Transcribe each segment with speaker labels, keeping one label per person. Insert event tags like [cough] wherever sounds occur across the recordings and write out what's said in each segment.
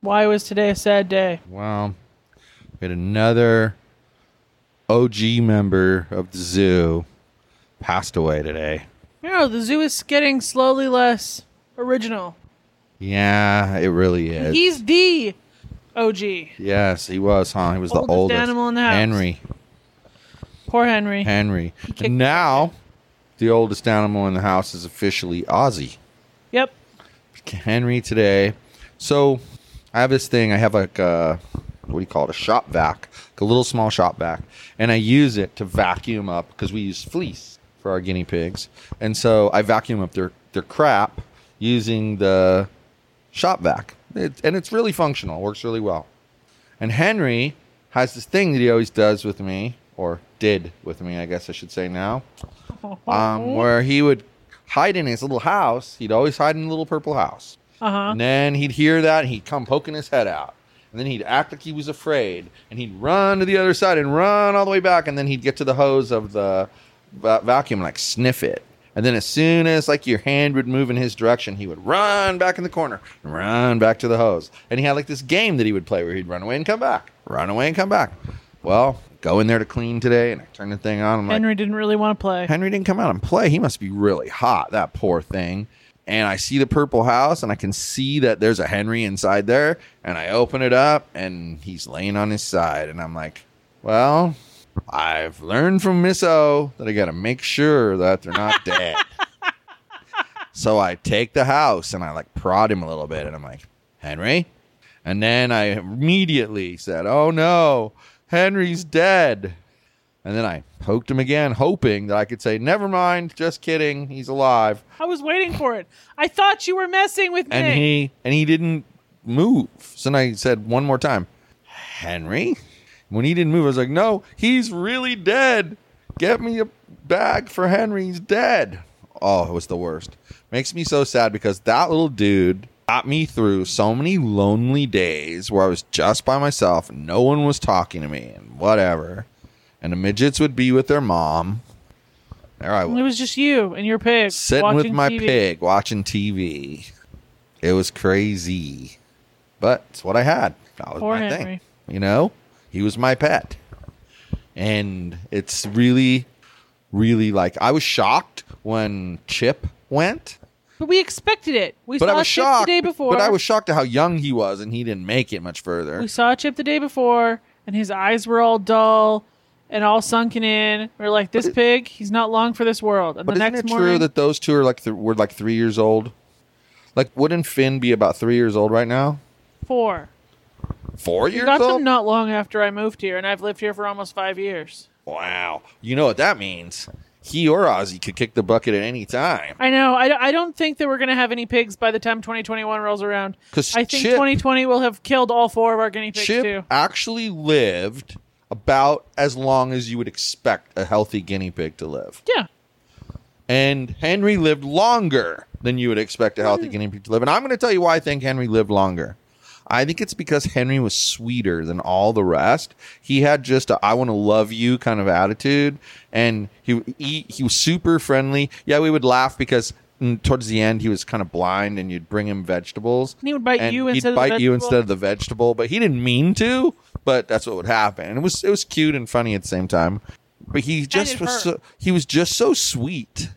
Speaker 1: Why was today a sad day?
Speaker 2: Well, we had another OG member of the zoo passed away today.
Speaker 1: You know, the zoo is getting slowly less original.
Speaker 2: Yeah, it really is.
Speaker 1: He's the OG.
Speaker 2: yes, he was, huh? He was the
Speaker 1: Oldest
Speaker 2: oldest
Speaker 1: animal in the house.
Speaker 2: Henry.
Speaker 1: Poor Henry.
Speaker 2: Henry.
Speaker 1: kicked-
Speaker 2: And now, the oldest animal in the house is officially Ozzy.
Speaker 1: Yep.
Speaker 2: Henry today. So, I have this thing. I have like a, what do you call it? A shop vac, like a little small shop vac. And I use it to vacuum up because we use fleece for our guinea pigs. And so I vacuum up their, their crap using the shop vac. It, and it's really functional, works really well. And Henry has this thing that he always does with me, or did with me, I guess I should say now, um, where he would hide in his little house. He'd always hide in the little purple house.
Speaker 1: uh huh.
Speaker 2: And then he'd hear that and he'd come poking his head out. And then he'd act like he was afraid. And he'd run to the other side and run all the way back. And then he'd get to the hose of the va- vacuum and like sniff it. And then as soon as like your hand would move in his direction, he would run back in the corner, run back to the hose. And he had like this game that he would play where he'd run away and come back, run away and come back. Well, go in there to clean today. And I turned the thing on. I'm like,
Speaker 1: Henry didn't really want to play.
Speaker 2: Henry didn't come out and play. He must be really hot, that poor thing. And I see the purple house and I can see that there's a Henry inside there. And I open it up and he's laying on his side. And I'm like, well, I've learned from Miss O that I got to make sure that they're not dead. so I take the house and I like prod him a little bit. And I'm like, Henry? And then I immediately said, oh no, Henry's dead. And then I poked him again, hoping that I could say, "Never mind, just kidding, he's alive."
Speaker 1: I was waiting for it. I thought you were messing with me.
Speaker 2: And he and he didn't move. So then I said one more time, "Henry." When he didn't move, I was like, "No, he's really dead. Get me a bag for Henry. He's dead." Oh, it was the worst. Makes me so sad because that little dude got me through so many lonely days where I was just by myself, and no one was talking to me, and whatever. And the midgets would be with their mom. There I was
Speaker 1: it was just you and your pig
Speaker 2: sitting with
Speaker 1: watching
Speaker 2: my
Speaker 1: TV.
Speaker 2: pig watching TV. It was crazy, but it's what I had. That was
Speaker 1: Poor
Speaker 2: my
Speaker 1: Henry.
Speaker 2: thing. You know, he was my pet, and it's really, really like I was shocked when Chip went,
Speaker 1: But we expected it. We
Speaker 2: but
Speaker 1: saw
Speaker 2: I was
Speaker 1: Chip
Speaker 2: shocked.
Speaker 1: the day before.
Speaker 2: But I was shocked at how young he was, and he didn't make it much further.
Speaker 1: We saw Chip the day before, and his eyes were all dull and all sunken in. We are like, this pig, he's not long for this world. And
Speaker 2: But
Speaker 1: the
Speaker 2: isn't
Speaker 1: next
Speaker 2: it
Speaker 1: morning,
Speaker 2: true that those two are like th- were like three years old? Like, wouldn't Finn be about three years old right now?
Speaker 1: four.
Speaker 2: Four
Speaker 1: We
Speaker 2: years
Speaker 1: got
Speaker 2: old?
Speaker 1: them not long after I moved here, and I've lived here for almost five years.
Speaker 2: Wow. You know what that means. He or Ozzy could kick the bucket at any time.
Speaker 1: I know. I, I don't think that we're going to have any pigs by the time 2021 rolls around.
Speaker 2: 'Cause
Speaker 1: I think
Speaker 2: Chip-
Speaker 1: 2020 will have killed all four of our guinea pigs,
Speaker 2: Chip
Speaker 1: too.
Speaker 2: actually lived about as long as you would expect a healthy guinea pig to live.
Speaker 1: Yeah.
Speaker 2: And Henry lived longer than you would expect a
Speaker 1: Hmm.
Speaker 2: healthy guinea pig to live. And I'm going to tell you why I think Henry lived longer. I think it's because Henry was sweeter than all the rest. He had just a I want to love you kind of attitude and he he, he was super friendly. Yeah, we would laugh because mm, towards the end he was kind of blind and you'd bring him vegetables.
Speaker 1: And he would bite
Speaker 2: and
Speaker 1: you
Speaker 2: he'd
Speaker 1: instead of the
Speaker 2: bite you
Speaker 1: vegetable.
Speaker 2: instead of the vegetable, but he didn't mean to, but that's what would happen. And it was it was cute and funny at the same time. But he just
Speaker 1: it
Speaker 2: was
Speaker 1: hurt.
Speaker 2: so, he was just so sweet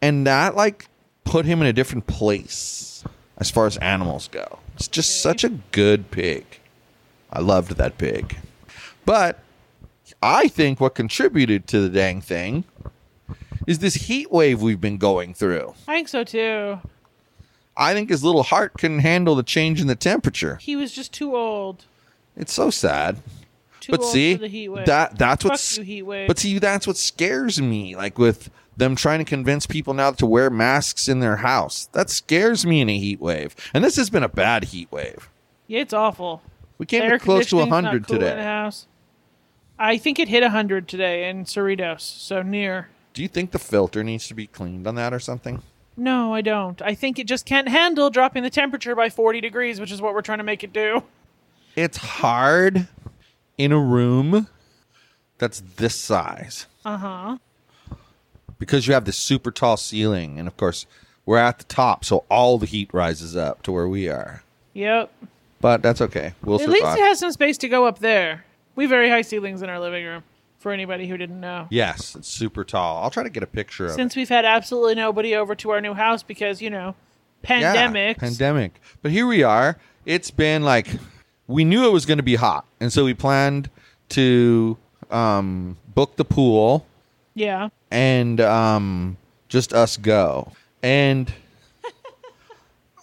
Speaker 2: and that like put him in a different place as far as animals go. It's just such a good pig. I loved that pig. But I think what contributed to the dang thing is this heat wave we've been going through.
Speaker 1: I think so too.
Speaker 2: I think his little heart couldn't handle the change in the temperature.
Speaker 1: He was just too old.
Speaker 2: It's so sad.
Speaker 1: Too
Speaker 2: but
Speaker 1: old
Speaker 2: see,
Speaker 1: for the heat wave.
Speaker 2: that that's
Speaker 1: Fuck
Speaker 2: what's
Speaker 1: you, heat wave.
Speaker 2: but see that's what scares me. Like with them trying to convince people now to wear masks in their house. That scares me in a heat wave. And this has been a bad heat wave.
Speaker 1: yeah, it's awful.
Speaker 2: We came
Speaker 1: The air
Speaker 2: close to
Speaker 1: conditioning's not
Speaker 2: 100
Speaker 1: cool in the
Speaker 2: today.
Speaker 1: house. I think it hit 100 today in Cerritos, so near.
Speaker 2: Do you think the filter needs to be cleaned on that or something?
Speaker 1: No, I don't. I think it just can't handle dropping the temperature by 40 degrees, which is what we're trying to make it do.
Speaker 2: It's hard in a room that's this size
Speaker 1: Uh huh.
Speaker 2: because you have this super tall ceiling. And of course, we're at the top, so all the heat rises up to where we are.
Speaker 1: Yep.
Speaker 2: But that's okay. We'll
Speaker 1: At
Speaker 2: survive.
Speaker 1: least it has some space to go up there. We have very high ceilings in our living room, for anybody who didn't know.
Speaker 2: yes, it's super tall. I'll try to get a picture of it.
Speaker 1: Since we've had absolutely nobody over to our new house because, you know, pandemics.
Speaker 2: Yeah, pandemic. But here we are. It's been like we knew it was going to be hot, and so we planned to um, book the pool
Speaker 1: yeah.
Speaker 2: and um, just us go. And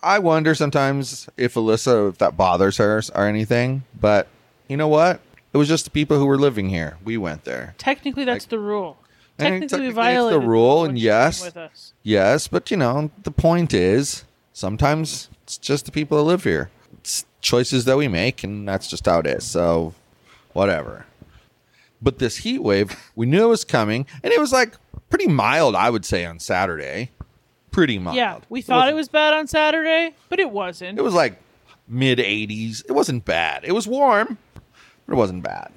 Speaker 2: I wonder sometimes if Alyssa, if that bothers her or anything. But you know what? It was just the people who were living here. We went there.
Speaker 1: Technically, that's the rule.
Speaker 2: I think
Speaker 1: Technically,
Speaker 2: technically
Speaker 1: we
Speaker 2: it's the
Speaker 1: violated
Speaker 2: rule,
Speaker 1: when
Speaker 2: and
Speaker 1: she came
Speaker 2: yes.
Speaker 1: with us.
Speaker 2: Yes, but you know, the point is sometimes it's just the people that live here. It's choices that we make, and that's just how it is. So, whatever. But this heat wave, we knew it was coming, and it was like pretty mild, I would say, on Saturday. Pretty mild.
Speaker 1: Yeah, we thought it
Speaker 2: wasn't-
Speaker 1: was bad on Saturday, but it wasn't.
Speaker 2: It was like mid 80s. It wasn't bad. It was warm, but it wasn't bad.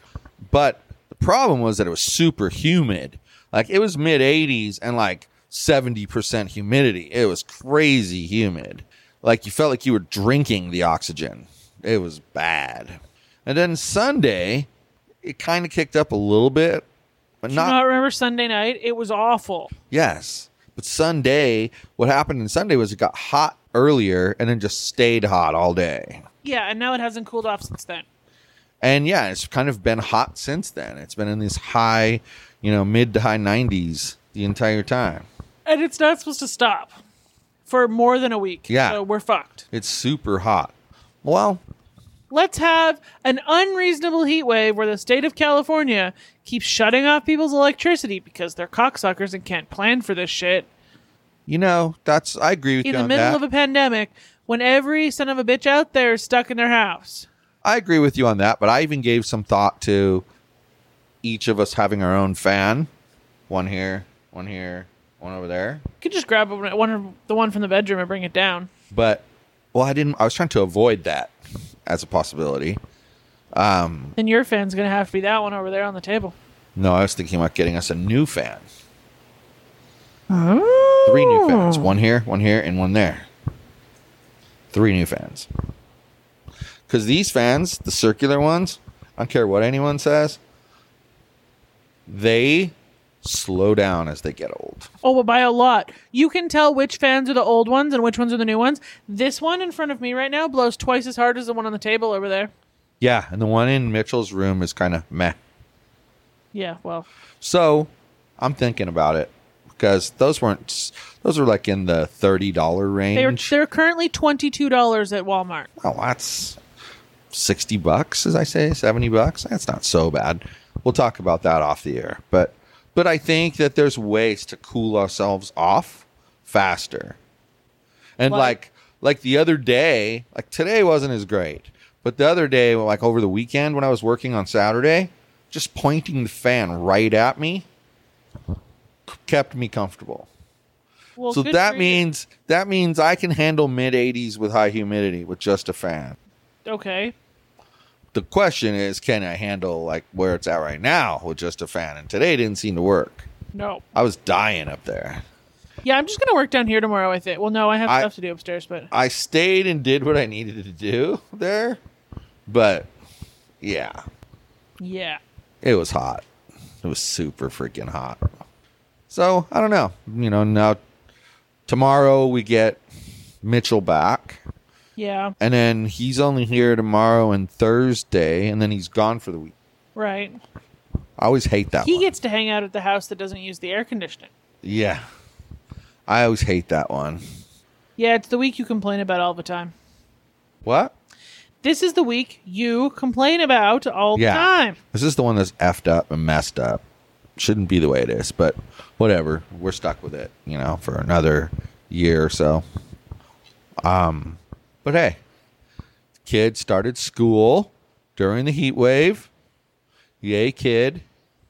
Speaker 2: But the problem was that it was super humid. Like it was mid 80s and like 70% humidity. It was crazy humid. Like you felt like you were drinking the oxygen. It was bad. And then Sunday, it kind of kicked up a little bit, but
Speaker 1: Do you
Speaker 2: not
Speaker 1: not remember Sunday night? It was awful.
Speaker 2: Yes. But Sunday, what happened in Sunday was it got hot earlier and then just stayed hot all day.
Speaker 1: Yeah, and now it hasn't cooled off since then.
Speaker 2: And yeah, it's kind of been hot since then. It's been in these high, you know, mid to high 90s the entire time.
Speaker 1: And it's not supposed to stop for more than a week.
Speaker 2: Yeah.
Speaker 1: So we're fucked.
Speaker 2: It's super hot. Well,
Speaker 1: Let's have an unreasonable heat wave where the state of California keeps shutting off people's electricity because they're cocksuckers and can't plan for this shit.
Speaker 2: you know, that's I agree with
Speaker 1: In
Speaker 2: you
Speaker 1: the
Speaker 2: on
Speaker 1: middle
Speaker 2: that.
Speaker 1: of a pandemic when every son of a bitch out there is stuck in their house.
Speaker 2: I agree with you on that, but I even gave some thought to each of us having our own fan. One here, one here, one over there.
Speaker 1: You could just grab one, one- the one from the bedroom and bring it down.
Speaker 2: but well i didn't i was trying to avoid that as a possibility
Speaker 1: Then your fan's going to have to be that one over there on the table.
Speaker 2: no i was thinking about getting us a new fan
Speaker 1: Oh.
Speaker 2: three new fans one here one here and one there three new fans because these fans the circular ones i don't care what anyone says they slow down as they get old
Speaker 1: Oh, but by a lot. You can tell which fans are the old ones and which ones are the new ones. This one in front of me right now blows twice as hard as the one on the table over there.
Speaker 2: yeah and the one in mitchell's room is kind of meh
Speaker 1: Yeah, well,
Speaker 2: So I'm thinking about it because those weren't those were like in the thirty dollar range.
Speaker 1: they are they're currently twenty two dollars at Walmart.
Speaker 2: oh, that's sixty bucks, as I say, seventy bucks. That's not so bad. We'll talk about that off the air, but but I think that there's ways to cool ourselves off faster, and
Speaker 1: Like-
Speaker 2: like like the other day, like today wasn't as great, but the other day, like over the weekend when I was working on Saturday, just pointing the fan right at me c- kept me comfortable
Speaker 1: Well,
Speaker 2: so
Speaker 1: good
Speaker 2: that
Speaker 1: for you.
Speaker 2: means that means I can handle mid 80s with high humidity with just a fan.
Speaker 1: okay.
Speaker 2: The question is, can I handle like where it's at right now with just a fan? And today didn't seem to work.
Speaker 1: No,
Speaker 2: I was dying up there.
Speaker 1: yeah, I'm just gonna work down here tomorrow. I think. Well, no, I have
Speaker 2: I-
Speaker 1: stuff to do upstairs, but
Speaker 2: I stayed and did what I needed to do there, but yeah,
Speaker 1: yeah,
Speaker 2: it was hot. It was super freaking hot. So I don't know. You know, now tomorrow we get Mitchell back.
Speaker 1: Yeah.
Speaker 2: And then he's only here tomorrow and Thursday, and then he's gone for the week.
Speaker 1: Right.
Speaker 2: I always hate that
Speaker 1: he
Speaker 2: one.
Speaker 1: gets to hang out at the house that doesn't use the air conditioning.
Speaker 2: yeah. I always hate that one.
Speaker 1: Yeah, it's the week you complain about all the time.
Speaker 2: What?
Speaker 1: This is the week you complain about all
Speaker 2: Yeah.
Speaker 1: the time.
Speaker 2: This is the one that's effed up and messed up. Shouldn't be the way it is, but whatever. We're stuck with it, you know, for another year or so. Um, but hey, kid started school during the heat wave. Yay, kid!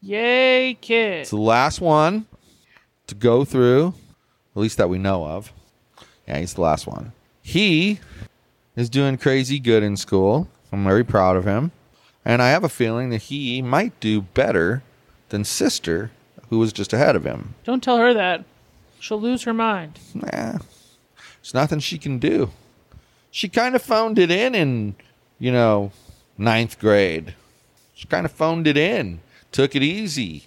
Speaker 1: Yay, kid.
Speaker 2: It's the last one to go through, at least that we know of. Yeah, he's the last one. He is doing crazy good in school. I'm very proud of him. And I have a feeling that he might do better than sister, who was just ahead of him.
Speaker 1: Don't tell her that. She'll lose her mind.
Speaker 2: Nah, there's nothing she can do. She kind of phoned it in in, you know, ninth grade. She kind of phoned it in, took it easy.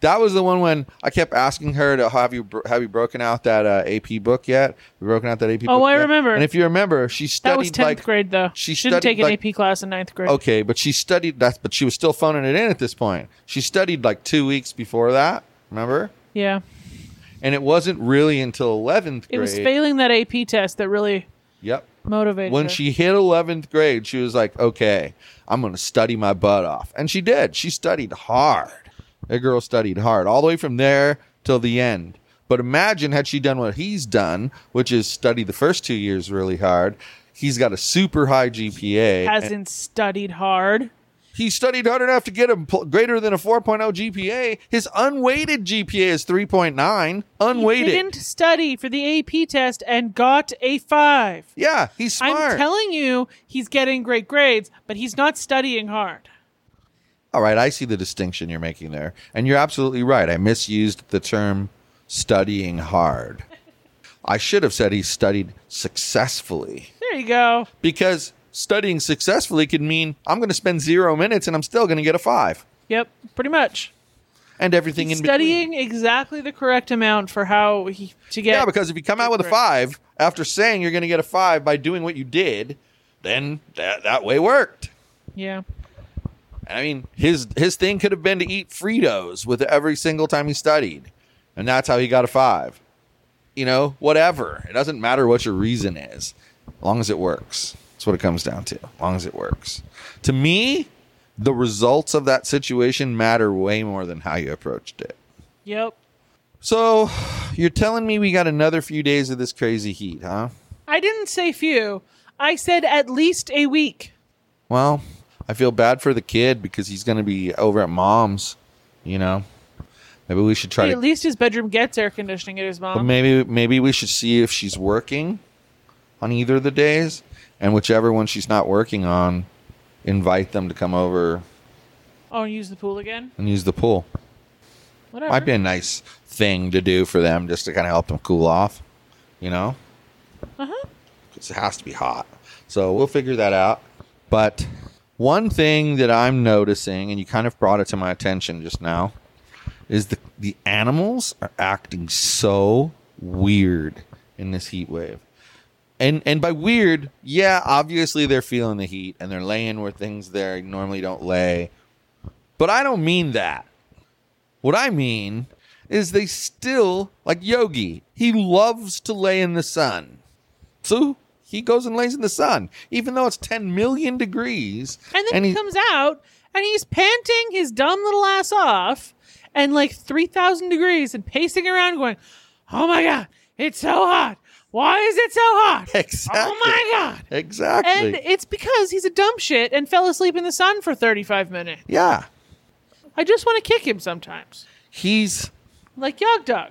Speaker 2: That was the one when I kept asking her to have you bro- have you broken out that uh, AP book yet? Have you broken out that AP?
Speaker 1: Oh,
Speaker 2: book
Speaker 1: I
Speaker 2: yet?"
Speaker 1: remember.
Speaker 2: And if you remember, she
Speaker 1: That
Speaker 2: studied
Speaker 1: was 10th
Speaker 2: like
Speaker 1: grade, though.
Speaker 2: she
Speaker 1: shouldn't
Speaker 2: studied,
Speaker 1: take an
Speaker 2: like-
Speaker 1: AP class in ninth grade.
Speaker 2: okay, but she studied that, but she was still phoning it in at this point. She studied like two weeks before that. Remember?
Speaker 1: Yeah.
Speaker 2: And it wasn't really until eleventh
Speaker 1: It
Speaker 2: grade.
Speaker 1: was failing that AP test that really
Speaker 2: Yep.
Speaker 1: motivated
Speaker 2: when
Speaker 1: her.
Speaker 2: she hit 11th grade she was like okay i'm gonna study my butt off and she did she studied hard that girl studied hard all the way from there till the end but imagine had she done what he's done which is study the first two years really hard he's got a super high gpa and
Speaker 1: hasn't studied hard.
Speaker 2: he studied hard enough to get a pl- greater than a 4.0 gpa his unweighted gpa is 3.9
Speaker 1: He
Speaker 2: unweighted
Speaker 1: didn't study for the AP test and got a 5.
Speaker 2: yeah he's smart
Speaker 1: I'm telling you, he's getting great grades, but he's not studying hard.
Speaker 2: All right, I see the distinction you're making there. And you're absolutely right. I misused the term studying hard. I should have said he studied successfully
Speaker 1: There you go.
Speaker 2: because studying successfully could mean I'm going to spend zero minutes and I'm still going to get a five
Speaker 1: Yep, pretty much.
Speaker 2: and everything in between.
Speaker 1: Studying exactly the correct amount for how he to get.
Speaker 2: Yeah, because if you come out with a five after saying you're going to get a five by doing what you did, then that, that way worked.
Speaker 1: Yeah.
Speaker 2: I mean, his his thing could have been to eat Fritos with every single time he studied, and that's how he got a five. You know, whatever. It doesn't matter what your reason is, as long as it works. That's what it comes down to. As long as it works. To me, the results of that situation matter way more than how you approached it.
Speaker 1: Yep.
Speaker 2: So, you're telling me we got another few days of this crazy heat, huh?
Speaker 1: I didn't say few. I said at least a week.
Speaker 2: Well, I feel bad for the kid because he's going to be over at mom's. You know, maybe we should try to
Speaker 1: At least his bedroom gets air conditioning at his
Speaker 2: But
Speaker 1: mom.
Speaker 2: maybe maybe we should see if she's working on either of the days, and whichever one she's not working on, invite them to come over
Speaker 1: oh, and use the pool again.
Speaker 2: and use the pool.
Speaker 1: Whatever.
Speaker 2: Might be a nice thing to do for them, just to kind of help them cool off, you know.
Speaker 1: Uh-huh.
Speaker 2: 'Cause it has to be hot, so we'll figure that out. But one thing that I'm noticing, and you kind of brought it to my attention just now, is the the animals are acting so weird in this heat wave. And and by weird, yeah, obviously they're feeling the heat and they're laying where things they normally don't lay. But I don't mean that. What I mean is they still like Yogi. He loves to lay in the sun. So he goes and lays in the sun, even though it's 10 million degrees.
Speaker 1: And then he,
Speaker 2: he-
Speaker 1: comes out and he's panting his dumb little ass off and like 3,000 degrees and pacing around going, Oh my God, it's so hot. Why is it so hot?
Speaker 2: [laughs] [laughs] Exactly.
Speaker 1: Oh my God.
Speaker 2: Exactly.
Speaker 1: And it's because he's a dumb shit and fell asleep in the sun for 35 minutes.
Speaker 2: yeah.
Speaker 1: I just want to kick him sometimes.
Speaker 2: He's
Speaker 1: Like, Yog Dog,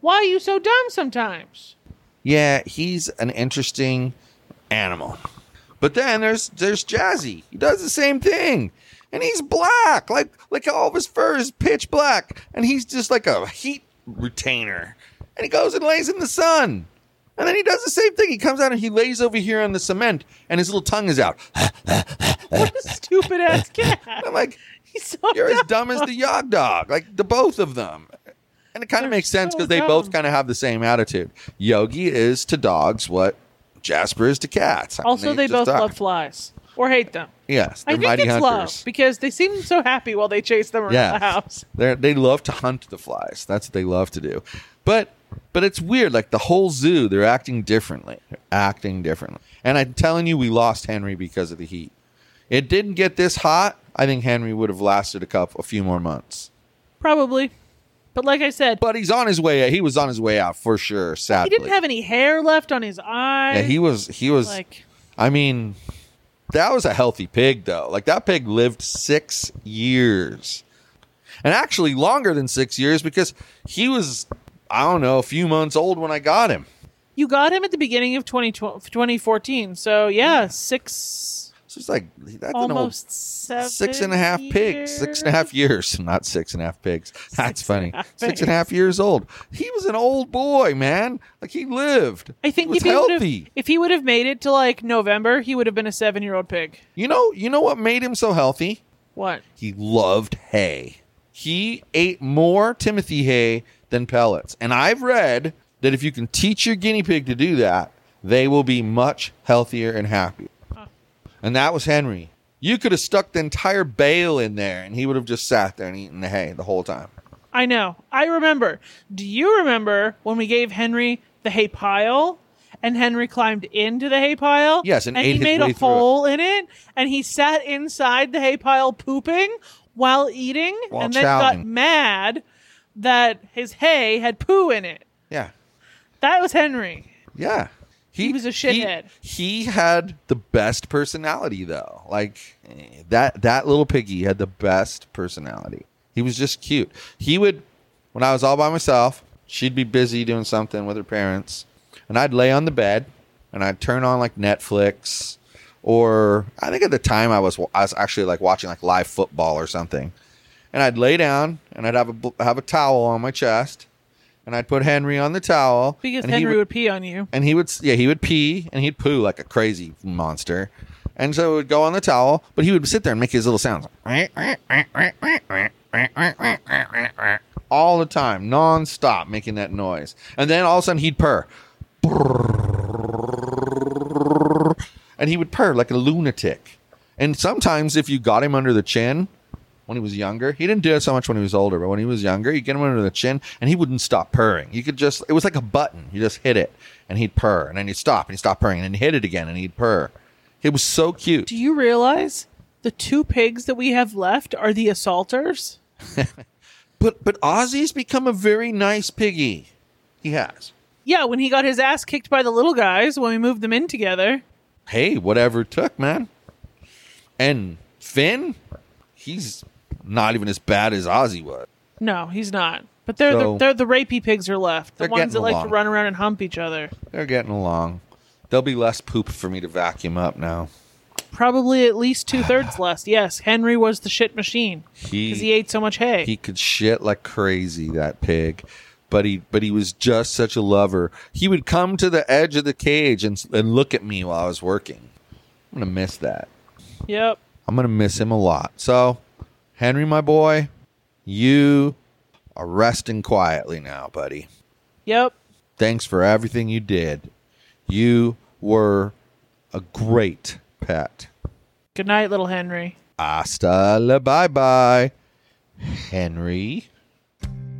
Speaker 1: why are you so dumb sometimes?
Speaker 2: yeah, he's an interesting animal. But then there's there's Jazzy. He does the same thing. And he's black. Like like all of his fur is pitch black. And he's just like a heat retainer. And he goes and lays in the sun. And then he does the same thing. He comes out and he lays over here on the cement and his little tongue is out. [laughs]
Speaker 1: [laughs] What a stupid ass cat.
Speaker 2: I'm like,
Speaker 1: He's so
Speaker 2: You're as
Speaker 1: dumb.
Speaker 2: dumb as the Yog Dog, like the both of them. And it kind of
Speaker 1: They're
Speaker 2: makes sense
Speaker 1: so
Speaker 2: because they
Speaker 1: dumb.
Speaker 2: both kind of have the same attitude. Yogi is to dogs what Jasper is to cats. I mean,
Speaker 1: Also, they
Speaker 2: just
Speaker 1: both
Speaker 2: are.
Speaker 1: love flies or hate them.
Speaker 2: Yes,
Speaker 1: I
Speaker 2: they're
Speaker 1: think
Speaker 2: mighty
Speaker 1: it's love
Speaker 2: hunters.
Speaker 1: because they seem so happy while they chase them around
Speaker 2: Yes.
Speaker 1: the house.
Speaker 2: They they love to hunt the flies. That's what they love to do. But but it's weird. Like the whole zoo, they're acting differently. They're acting differently. And I'm telling you, we lost Henry because of the heat. It didn't get this hot. I think Henry would have lasted a couple, a few more months.
Speaker 1: Probably. But like I said,
Speaker 2: But he's on his way. He was on his way out for sure.
Speaker 1: he
Speaker 2: Sadly,
Speaker 1: didn't have any hair left on his eyes.
Speaker 2: Yeah, he was. He was.
Speaker 1: like
Speaker 2: I mean, that was a healthy pig, though. Like that pig lived six years, and actually longer than six years because he was, I don't know, a few months old when I got him.
Speaker 1: you got him at the beginning of 2012 2014. So yeah, six
Speaker 2: So it's like that's
Speaker 1: almost
Speaker 2: an
Speaker 1: seven
Speaker 2: old six and a half pigs, six and a half years, [laughs] not six and a half pigs. That's
Speaker 1: Six and a
Speaker 2: funny.
Speaker 1: half
Speaker 2: Six and a half years old. He was an old boy, man. Like he lived.
Speaker 1: I think
Speaker 2: he was
Speaker 1: if he would've-
Speaker 2: healthy.
Speaker 1: if he would have made it to like November, he would have been a seven year old pig.
Speaker 2: You know, you know what made him so healthy?
Speaker 1: What?
Speaker 2: he loved hay. He ate more Timothy hay than pellets. And I've read that if you can teach your guinea pig to do that, they will be much healthier and happier. And that was Henry. You could have stuck the entire bale in there and he would have just sat there and eaten the hay the whole time.
Speaker 1: I know. I remember. Do you remember when we gave Henry the hay pile? And Henry climbed into the hay pile.
Speaker 2: Yes, and ate
Speaker 1: he
Speaker 2: his
Speaker 1: made
Speaker 2: way
Speaker 1: a
Speaker 2: through it.
Speaker 1: hole in it. And he sat inside the hay pile pooping while eating,
Speaker 2: While
Speaker 1: and then got
Speaker 2: chowing.
Speaker 1: mad that his hay had poo in it.
Speaker 2: Yeah.
Speaker 1: That was Henry.
Speaker 2: Yeah.
Speaker 1: He was a shithead.
Speaker 2: He, he had the best personality though. Like eh, that that little piggy had the best personality. He was just cute. He would when I was all by myself, she'd be busy doing something with her parents, and I'd lay on the bed and I'd turn on like Netflix or I think at the time I was I was actually like watching like live football or something. And I'd lay down and I'd have a bl- have a towel on my chest and I'd put Henry on the towel
Speaker 1: Because
Speaker 2: and he
Speaker 1: Henry
Speaker 2: would-
Speaker 1: would pee on you.
Speaker 2: and he would yeah he would pee and he'd poo like a crazy monster and so it would go on the towel but he would sit there and make his little sounds all the time non-stop making that noise and then all of a sudden he'd purr and he would purr like a lunatic and sometimes if you got him under the chin when he was younger he didn't do it so much when he was older but when he was younger you get him under the chin and he wouldn't stop purring you could just it was like a button you just hit it and he'd purr and then he'd stop and he'd stop purring and then he'd hit it again and he'd purr it was so cute
Speaker 1: Do you realize the two pigs that we have left are the assaulters?
Speaker 2: but but ozzy's become a very nice piggy he has
Speaker 1: Yeah, when he got his ass kicked by the little guys when we moved them in together.
Speaker 2: hey, whatever it took, man. And Finn, he's not even as bad as Ozzy was.
Speaker 1: No, he's not. But they're the,
Speaker 2: So-
Speaker 1: they're the rapey pigs are left. The
Speaker 2: They're
Speaker 1: ones
Speaker 2: getting
Speaker 1: that like
Speaker 2: along.
Speaker 1: to run around and hump each other.
Speaker 2: They're getting along. There'll be less poop for me to vacuum up now.
Speaker 1: Probably at least
Speaker 2: [sighs]
Speaker 1: two thirds less. Yes, Henry was the shit machine
Speaker 2: He
Speaker 1: because he ate so much hay.
Speaker 2: he could shit like crazy that pig but he but he was just such a lover he would come to the edge of the cage and, and look at me while i was working i'm gonna miss that
Speaker 1: yep.
Speaker 2: i'm gonna miss him a lot so henry my boy you are resting quietly now buddy
Speaker 1: Yep.
Speaker 2: thanks for everything you did you were a great pet
Speaker 1: Good night, little Henry.
Speaker 2: Hasta la bye bye, Henry.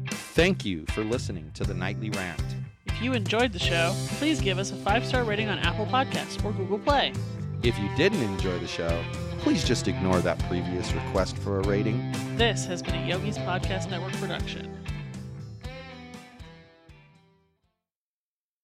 Speaker 2: Thank you for listening to the Nightly Rant.
Speaker 1: If you enjoyed the show, please give us a five star rating on Apple Podcasts or Google Play.
Speaker 2: If you didn't enjoy the show, please just ignore that previous request for a rating.
Speaker 1: This has been a Yogi's Podcast Network production.